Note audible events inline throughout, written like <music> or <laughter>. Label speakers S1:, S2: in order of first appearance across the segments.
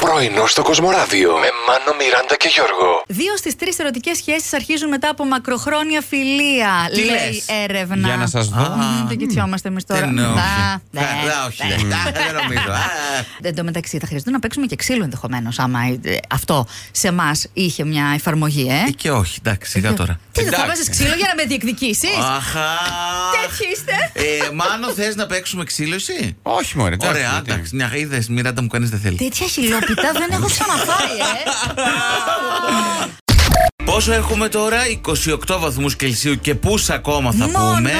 S1: Πρωινό στο Κοσμοράδιο με Μάνο, Μιράντα και Γιώργο.
S2: Δύο στις τρεις ερωτικές σχέσεις αρχίζουν μετά από μακροχρόνια φιλία.
S3: Τι
S2: λέει
S3: λες?
S2: έρευνα.
S4: Για να σας δω.
S2: Μμμ, Δεν κοιτιόμαστε εμείς τώρα.
S3: Δεν νομίζω.
S2: Τα, δε,
S3: Ε, ε, Όχι,
S2: δε.
S3: ε, δεν νομίζω. Α,
S2: Εν τω μεταξύ, θα χρειαστούν να παίξουμε και ξύλο ενδεχομένως, άμα ε, ε, αυτό σε εμάς είχε μια εφαρμογή, ε.
S3: ε, Και όχι, εντάξει, σιγά τώρα.
S2: Τι δεν θα
S4: εντάξει.
S2: βάζεις ξύλο για να με διεκδικήσεις.
S3: Αχα.
S2: Τέτοιοι είστε.
S3: Ε, Μάνο, θες να παίξουμε ξύλο εσύ.
S4: Όχι, μωρέ. εντάξει,
S3: Ωραία,
S4: γιατί.
S3: εντάξει. Μια είδες, Μιράντα μου κανεί δεν θέλεις.
S2: Τέτοια χιλόπιτα δεν έχω ξαναφάει,
S3: <laughs>
S2: ε.
S3: Πόσο έχουμε τώρα, 28 βαθμούς Κελσίου και πούς ακόμα θα
S2: Μόνο.
S3: πούμε.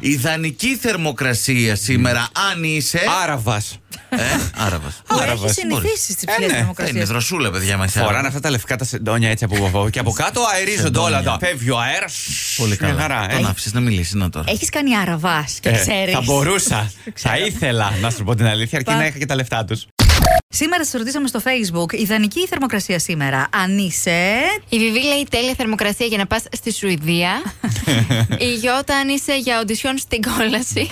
S3: Ιδανική θερμοκρασία σήμερα, αν είσαι.
S4: Άραβας.
S3: Ε, Άραβας.
S2: Που έχεις
S4: Άραβας,
S2: συνηθίσει τι
S4: Ε,
S2: ψηλέ
S4: ναι, θα
S3: Δεν είναι
S2: δημοκρασίε.
S3: δροσούλα, παιδιά μας.
S4: Φοράνε αυτά τα λευκά τα σεντόνια έτσι από βοβό και από κάτω αερίζονται όλα
S3: Σεντόνια.
S4: τα. Φεύγει ο αέρας.
S3: Πολύ καλά.
S4: Ε.
S3: Τον άφησες να μιλήσει να τώρα.
S2: Έχεις κάνει αραβά
S3: Ε,
S2: και ξέρεις.
S4: θα
S3: <laughs>
S4: μπορούσα. θα ήθελα να σου πω την αλήθεια, αρκεί
S2: Πα-
S4: να είχα και τα λεφτά τους.
S2: Σήμερα σας ρωτήσαμε στο Facebook, ιδανική η θερμοκρασία σήμερα. Αν είσαι.
S5: Η Βιβί λέει τέλεια θερμοκρασία για να πας στη Σουηδία. η Γιώτα, αν είσαι για οντισιόν στην κόλαση.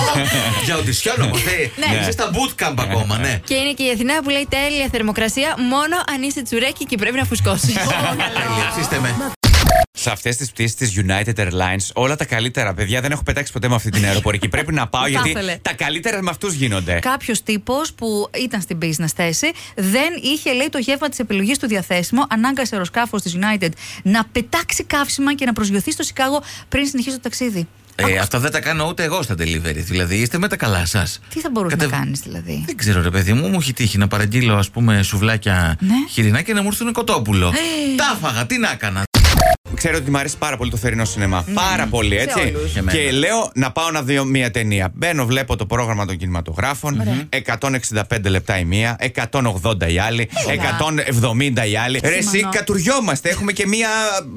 S3: <laughs> Για οντισιόν όμω.
S2: Ναι.
S3: Είσαι στα bootcamp ακόμα, ναι.
S5: και είναι και η Αθηνά που λέει τέλεια θερμοκρασία μόνο αν είσαι τσουρέκι και πρέπει να φουσκώσεις.
S3: <laughs> Τέλεια, ψήστε με.
S4: Σε αυτές τις πτήσεις της United Airlines, όλα τα καλύτερα, παιδιά, δεν έχω πετάξει ποτέ με αυτή την
S3: <laughs>
S4: αεροπορική. Πρέπει να πάω
S2: Τα
S4: γιατί
S2: ήθελε.
S4: τα καλύτερα με αυτούς γίνονται.
S2: Κάποιος τύπος που ήταν στην business θέση δεν είχε, λέει, το γεύμα της επιλογής του διαθέσιμο. Ανάγκασε αεροσκάφος της United να πετάξει καύσιμα και να προσγειωθεί στο Σικάγο πριν συνεχίσει το ταξίδι.
S3: Ε, αυτά δεν τα κάνω ούτε εγώ στα delivery. Δηλαδή, είστε με τα καλά σας.
S2: Τι θα μπορούσες να κάνεις, δηλαδή.
S3: Δεν ξέρω, ρε παιδί μου, μου έχει τύχει να παραγγείλω ας πούμε σουβλάκια
S2: Ναι. Ε.
S3: χοιρινά και να μου έρθουν κοτόπουλο. Τα φάγα, τι να έκανα.
S4: Ξέρω ότι μου αρέσει πάρα πολύ το θερινό σινεμά. Πάρα πολύ, έτσι.
S2: όλους.
S3: Και εμένα.
S4: Και λέω να πάω να δω μία ταινία. Μπαίνω, βλέπω το πρόγραμμα των κινηματογράφων. 165 λεπτά η μία, 180 η άλλη, 170 η άλλη. Ρε, εσύ
S2: Συμφωνώ.
S4: κατουριόμαστε. Έχουμε και μία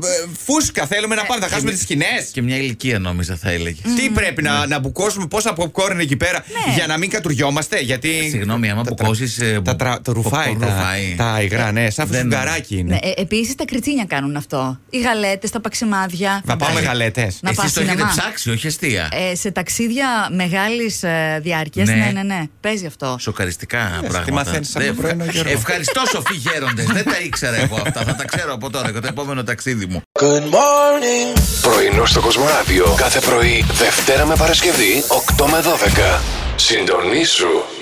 S4: ε, φούσκα. Θέλουμε να πάμε, θα χάσουμε τις σκηνές.
S3: Και μια ηλικία νόμιζα θα έλεγες.
S4: Τι πρέπει να, να μπουκώσουμε, πόσα popcorn εκεί πέρα για να μην κατουριόμαστε. Γιατί.
S3: Συγγνώμη, άμα
S4: τα τρα-
S3: μπουκώσεις, ε,
S4: Τα, τρα- το
S3: popcorn
S4: ρουφάει. τα-
S3: ρουφάει.
S4: Τα υγρά, ναι, σαν
S3: Δεν-
S4: φουγκαράκι
S2: Ναι,
S4: είναι.
S2: Επίσης τα κριτσίνια κάνουν αυτό. Οι γαλέτες, τα παξιμάδια.
S4: Θα πάμε γαλέτες.
S2: Να πας
S3: Εσεί Ε, το έχετε
S2: σινεμά.
S3: ψάξει, όχι αστεία.
S2: Ε, σε ταξίδια μεγάλης διάρκειας.
S3: Ναι.
S2: Ναι. ναι, ναι, Παίζει αυτό.
S3: Σοκαριστικά
S4: τι
S3: πράγματα.
S4: Ε, μαθαίνεις από
S3: Δεν-
S4: το πρωινό, Γιώργο.
S3: Ευχαριστώ, Σοφή Γέροντες. Δεν τα ήξερα εγώ αυτά. Θα τα ξέρω από τώρα και το επόμενο ταξίδι μου.
S1: Πρωινό στο Κοσμοράδιο κάθε πρωί, Δευτέρα με Παρασκευή, 8 με 12. Συντονίσου